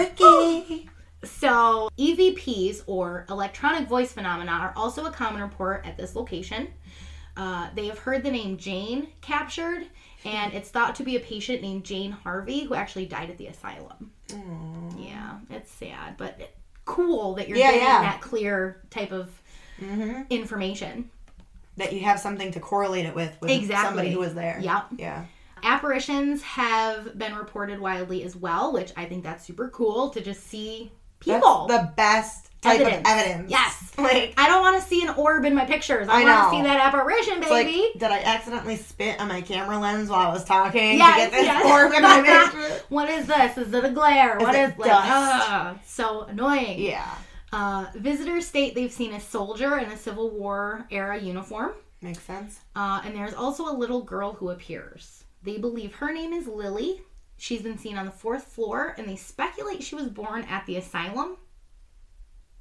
Freaky.
So, EVPs or electronic voice phenomena are also a common report at this location. Uh, they have heard the name Jane captured, and it's thought to be a patient named Jane Harvey who actually died at the asylum. Yeah, it's sad, but cool that you're
Yeah,
getting
yeah. Mm-hmm.
that clear type of information.
That you have something to correlate it with with
Exactly.
somebody who was there.
Yep.
Yeah.
Apparitions have been reported widely as well, which I think that's super cool to just see
That's
people.
the best type
Evidence.
of evidence.
Yes.
Like,
I don't want to see an orb in my pictures. I,
I
want
know.
to see that apparition,
it's like,
baby.
did I accidentally spit on my camera lens while I was talking
Yes,
to get this
yes.
orb in my picture?
what is this? Is it a glare?
Is
what
it
is like
dust?
ugh, so annoying?
Yeah.
Uh, visitors state they've seen a soldier in a Civil War era uniform,
Makes sense.
uh, and there's also a little girl who appears. They believe her name is Lily. She's been seen on the fourth floor, and they speculate she was born at the asylum.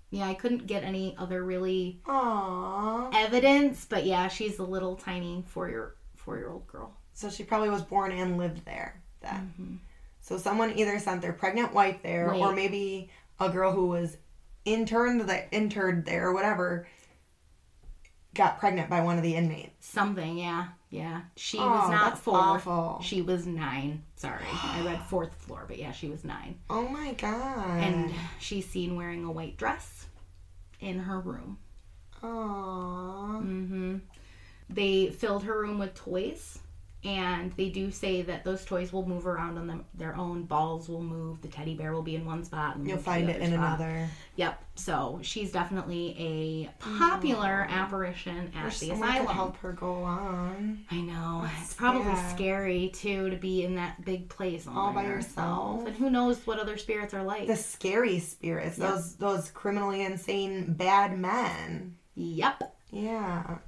Yeah, I couldn't get any other really
Aww.
evidence, but yeah, she's a little tiny four year four year old girl.
So she probably was born and lived there then. So someone either sent their pregnant wife there, or
Mm-hmm. Wait.
maybe a girl who was interned the, interned there or whatever got pregnant by one of the inmates.
Something, yeah, yeah. She
Oh,
was not
that's
four.
awful.
She was nine. Sorry, I read fourth floor, but yeah, she was nine,
Oh my god.
and she's seen wearing a white dress in her room.
Aww.
hmm They filled her room with toys, and they do say that those toys will move around on them, their own. Balls will move. The teddy bear will be in one spot. And
You'll
move to the
find it
other
in
spot.
another.
Yep. So she's definitely a popular apparition at
Wish
the
someone could
asylum.
help her go on
I know. it's probably
yeah.
scary too to be in that big place all, by, yourself. And who knows what other spirits are like.
the scary spirits. Those those criminally insane bad men.
Yep.
Yeah.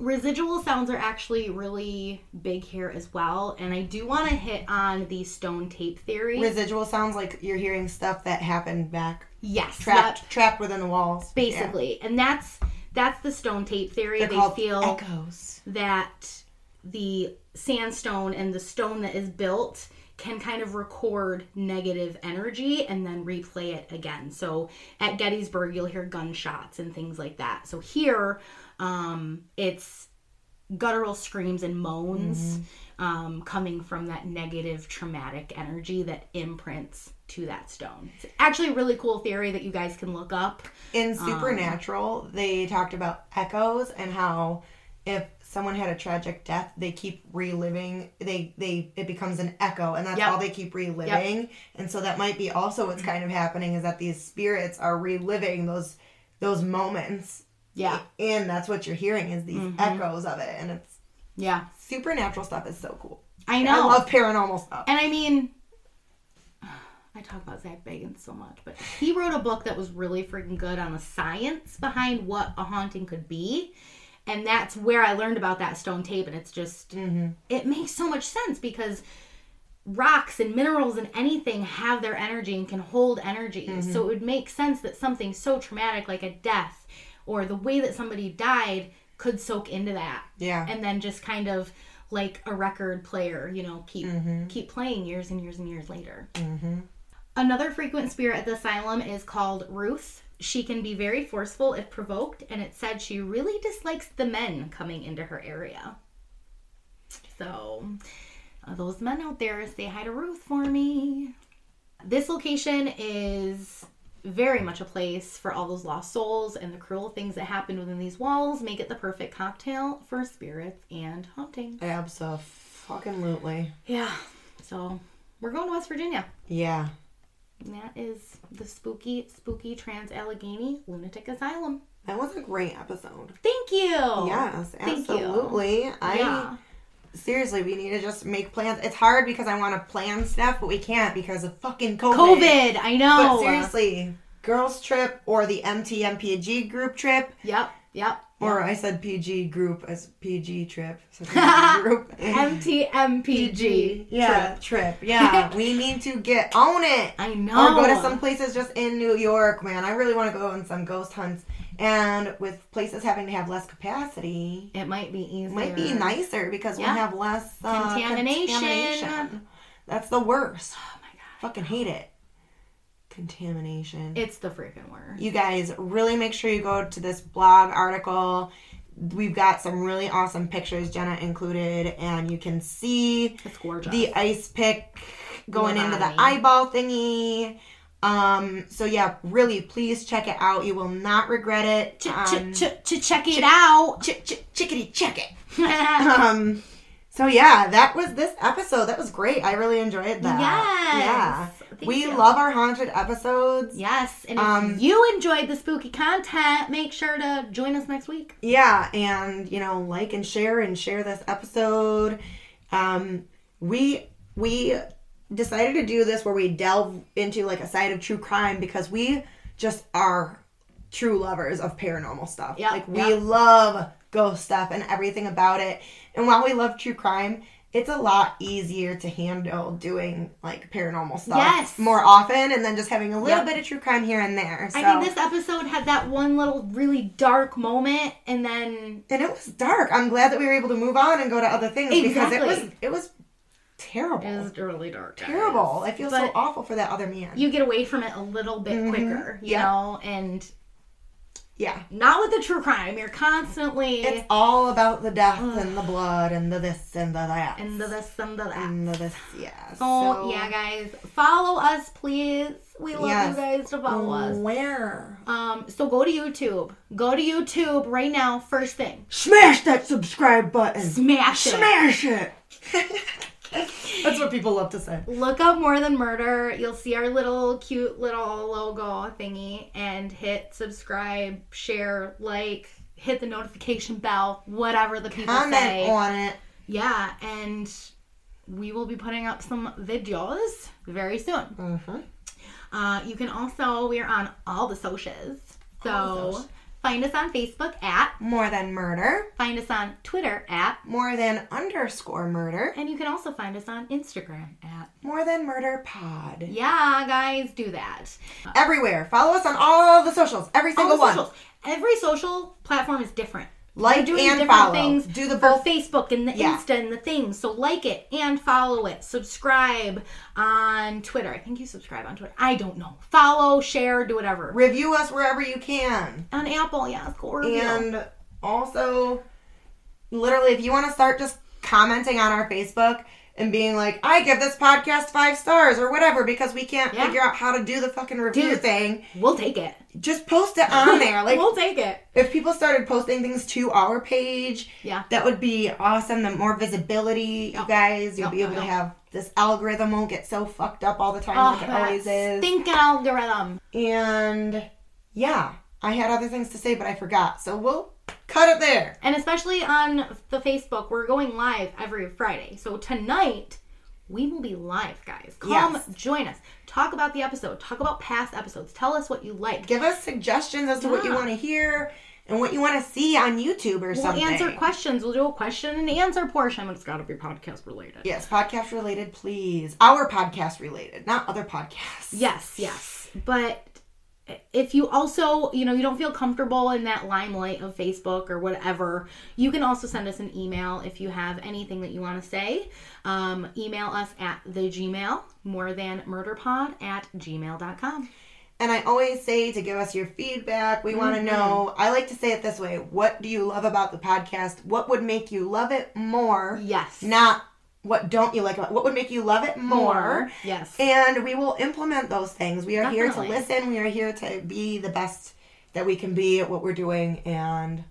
Residual sounds are actually really big here as well. And I do want to hit on the stone tape theory.
Residual sounds like you're hearing stuff that happened back
yes.
trapped
Yep.
trapped within the walls.
Basically. And that's that's the stone tape theory.
Yeah. They're
they
called
feel
echoes.
that the sandstone and the stone that is built can kind of record negative energy and then replay it again. So at Gettysburg, you'll hear gunshots and things like that. So here, um, it's guttural screams and moans um, coming from that negative traumatic energy that imprints to that stone. It's actually a really cool theory that you guys can look up.
In
Um.
Supernatural, they talked about echoes and how if someone had a tragic death, they keep reliving. They they it becomes an echo, and that's
Yep.
all they keep reliving. And so that might be also what's kind of happening is that these spirits are reliving those those moments.
Yeah. Mm-hmm.
and that's what you're hearing is these echoes of it, and it's
Yeah.
supernatural stuff is so cool.
I know.
I love paranormal stuff.
And I mean, I talk about Zach Bagans so much, but he wrote a book that was really freaking good on the science behind what a haunting could be. And that's where I learned about that stone tape. And it's just, it makes so much sense because rocks and minerals and anything have their energy and can hold energy. So it would make sense that something so traumatic like a death or the way that somebody died could soak into that
Yeah.
and then just kind of like a record player, you know, keep keep playing years and years and years later. Another frequent spirit at the asylum is called Ruth, She can be very forceful if provoked, and it said she really dislikes the men coming into her area. So, uh, those men out there, say hi to Ruth for me. This location is very much a place for all those lost souls, and the cruel things that happen within these walls make it the perfect cocktail for spirits and haunting.
Absolutely.
Yeah, so we're going to West Virginia.
Yeah.
And that is the spooky, spooky Trans Allegheny Lunatic Asylum.
That was a great episode.
Thank you.
yes,
thank you.
absolutely. I
Yeah.
seriously, we need to just make plans. It's hard because I want to plan stuff, but we can't because of fucking COVID.
COVID, I know.
But seriously, girls trip or the MTMPG group trip,
Yep, yep.
or I said PG group as PG trip. So PG group.
MTMPG.
Yeah, trip. Yeah, we need to get own it.
I
Or
know.
go to some places just in New York, man. I really want to go on some ghost hunts. And with places having to have less capacity,
It might be easier.
it might be nicer because
Yeah.
we'll have less uh,
Contamination.
contamination. That's the worst.
Oh my god.
Fucking hate it. Contamination.
It's the freaking worst.
you guys really make sure you go to this blog article. We've got some really awesome pictures, Jenna included, and you can see
It's gorgeous.
the ice pick going into the
Lavani.
eyeball thingy. Um, so yeah, really, please check it out. You will not regret it.
Ch-
Um,
ch- ch- ch- check it out.
chick- chick- chickadee, check it. Um, so yeah, that was this episode. That was great. I really enjoyed that.
Yes.
Yeah,
Thank
we
you.
love our haunted episodes.
Yes, and if
Um,
you enjoyed the spooky content, make sure to join us next week.
Yeah, and you know, like and share and share this episode. Um, we we decided to do this where we delve into like a side of true crime because we just are true lovers of paranormal stuff.
Yeah,
like we
yeah.
love ghost stuff and everything about it. And while we love true crime, it's a lot easier to handle doing like paranormal stuff
Yes.
more often and then just having a little
Yep.
bit of true crime here and there. So.
I mean, this episode had that one little really dark moment, and then
and it was dark. I'm glad that we were able to move on and go to other things because it was
Exactly.
it was terrible.
it was really dark. guys.
terrible. I feel so
But-
awful for that other man.
You get away from it a little bit quicker, you
Mm-hmm. Yeah.
know, and
yeah.
not with the true crime. You're constantly
It's all about the death and the blood and the this and the that.
and the this and the that.
and the this, yeah.
Oh yeah, guys, follow us, please. We love
Yes. Mm.
you guys to follow us.
Where?
Um, so go to YouTube. Go to YouTube right now. First thing,
Smash that subscribe button.
smash it.
Smash it. That's what people love to say.
Look up More Than Murder. You'll see our little cute little logo thingy and hit subscribe, share, like, hit the notification bell, whatever the people
Comment
say.
on it.
Yeah, and we will be putting up some videos very soon.
Mm-hmm.
Uh, you can also, we are on all the socials.
All the
So
soc-
find us on Facebook at,
More than murder.
find us on Twitter at,
More than underscore murder.
and you can also find us on Instagram at.
More than murder pod.
Yeah, guys, do that.
everywhere. Follow us on all the socials, every
All
single
the
one.
socials. Every social platform is different.
Like
We're doing
and
different
follow.
things
Do the
for
both.
Facebook and the
Yeah.
Insta and the things. So like it and follow it. Subscribe on Twitter. I think you subscribe on Twitter. I don't know. Follow, share, do whatever.
Review us wherever you can,
On Apple, yeah, of course.
and also, literally, if you want to start just commenting on our Facebook and being like, "I give this podcast five stars" or whatever, because we can't
Yeah.
figure out how to do the fucking review
Dude.
thing,
we'll take it.
just post it on there. Like,
we'll take it.
if people started posting things to our page,
Yeah.
that would be awesome. The more visibility,
Oh.
you guys, you'll
Yep,
be able to
yep.
have this algorithm won't get so fucked up all the time
Oh,
like it
that
always is.
stinking algorithm.
and yeah, I had other things to say, but I forgot. So we'll cut it there.
And especially on the Facebook, we're going live every Friday. So tonight, we will be live, guys. Come
Yes.
join us. Talk about the episode. Talk about past episodes. Tell us what you like.
Give us suggestions as to what you
Yeah.
want to hear and what you want to see on YouTube or
We'll
something.
answer questions. We'll do a question and answer portion. But it's got to be podcast related.
Yes, podcast related, please. Our podcast related, not other podcasts.
Yes, yes. But if you also, you know, you don't feel comfortable in that limelight of Facebook or whatever, you can also send us an email if you have anything that you want to say. Um, email us at the Gmail, more than murderpod at gmail.com.
And I always say to give us your feedback. We want to
Mm-hmm.
know. I like to say it this way What do you love about the podcast? What would make you love it more?
Yes.
Not what don't you like about What would make you love it more?
Mm-hmm. Yes.
And we will implement those things. We are here to
Definitely.
listen. We are here to be the best that we can be at what we're doing and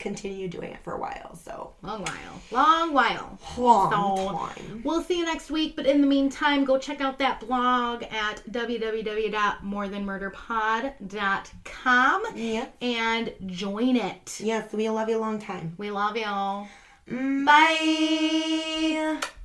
continue doing it for a while. So,
Long while. Long while.
long
So-
time.
We'll see you next week, but in the meantime, go check out that blog at www.morethanmurderpod.com
Yeah.
and join it.
Yes, we love you a long time.
We love y'all.
Bye.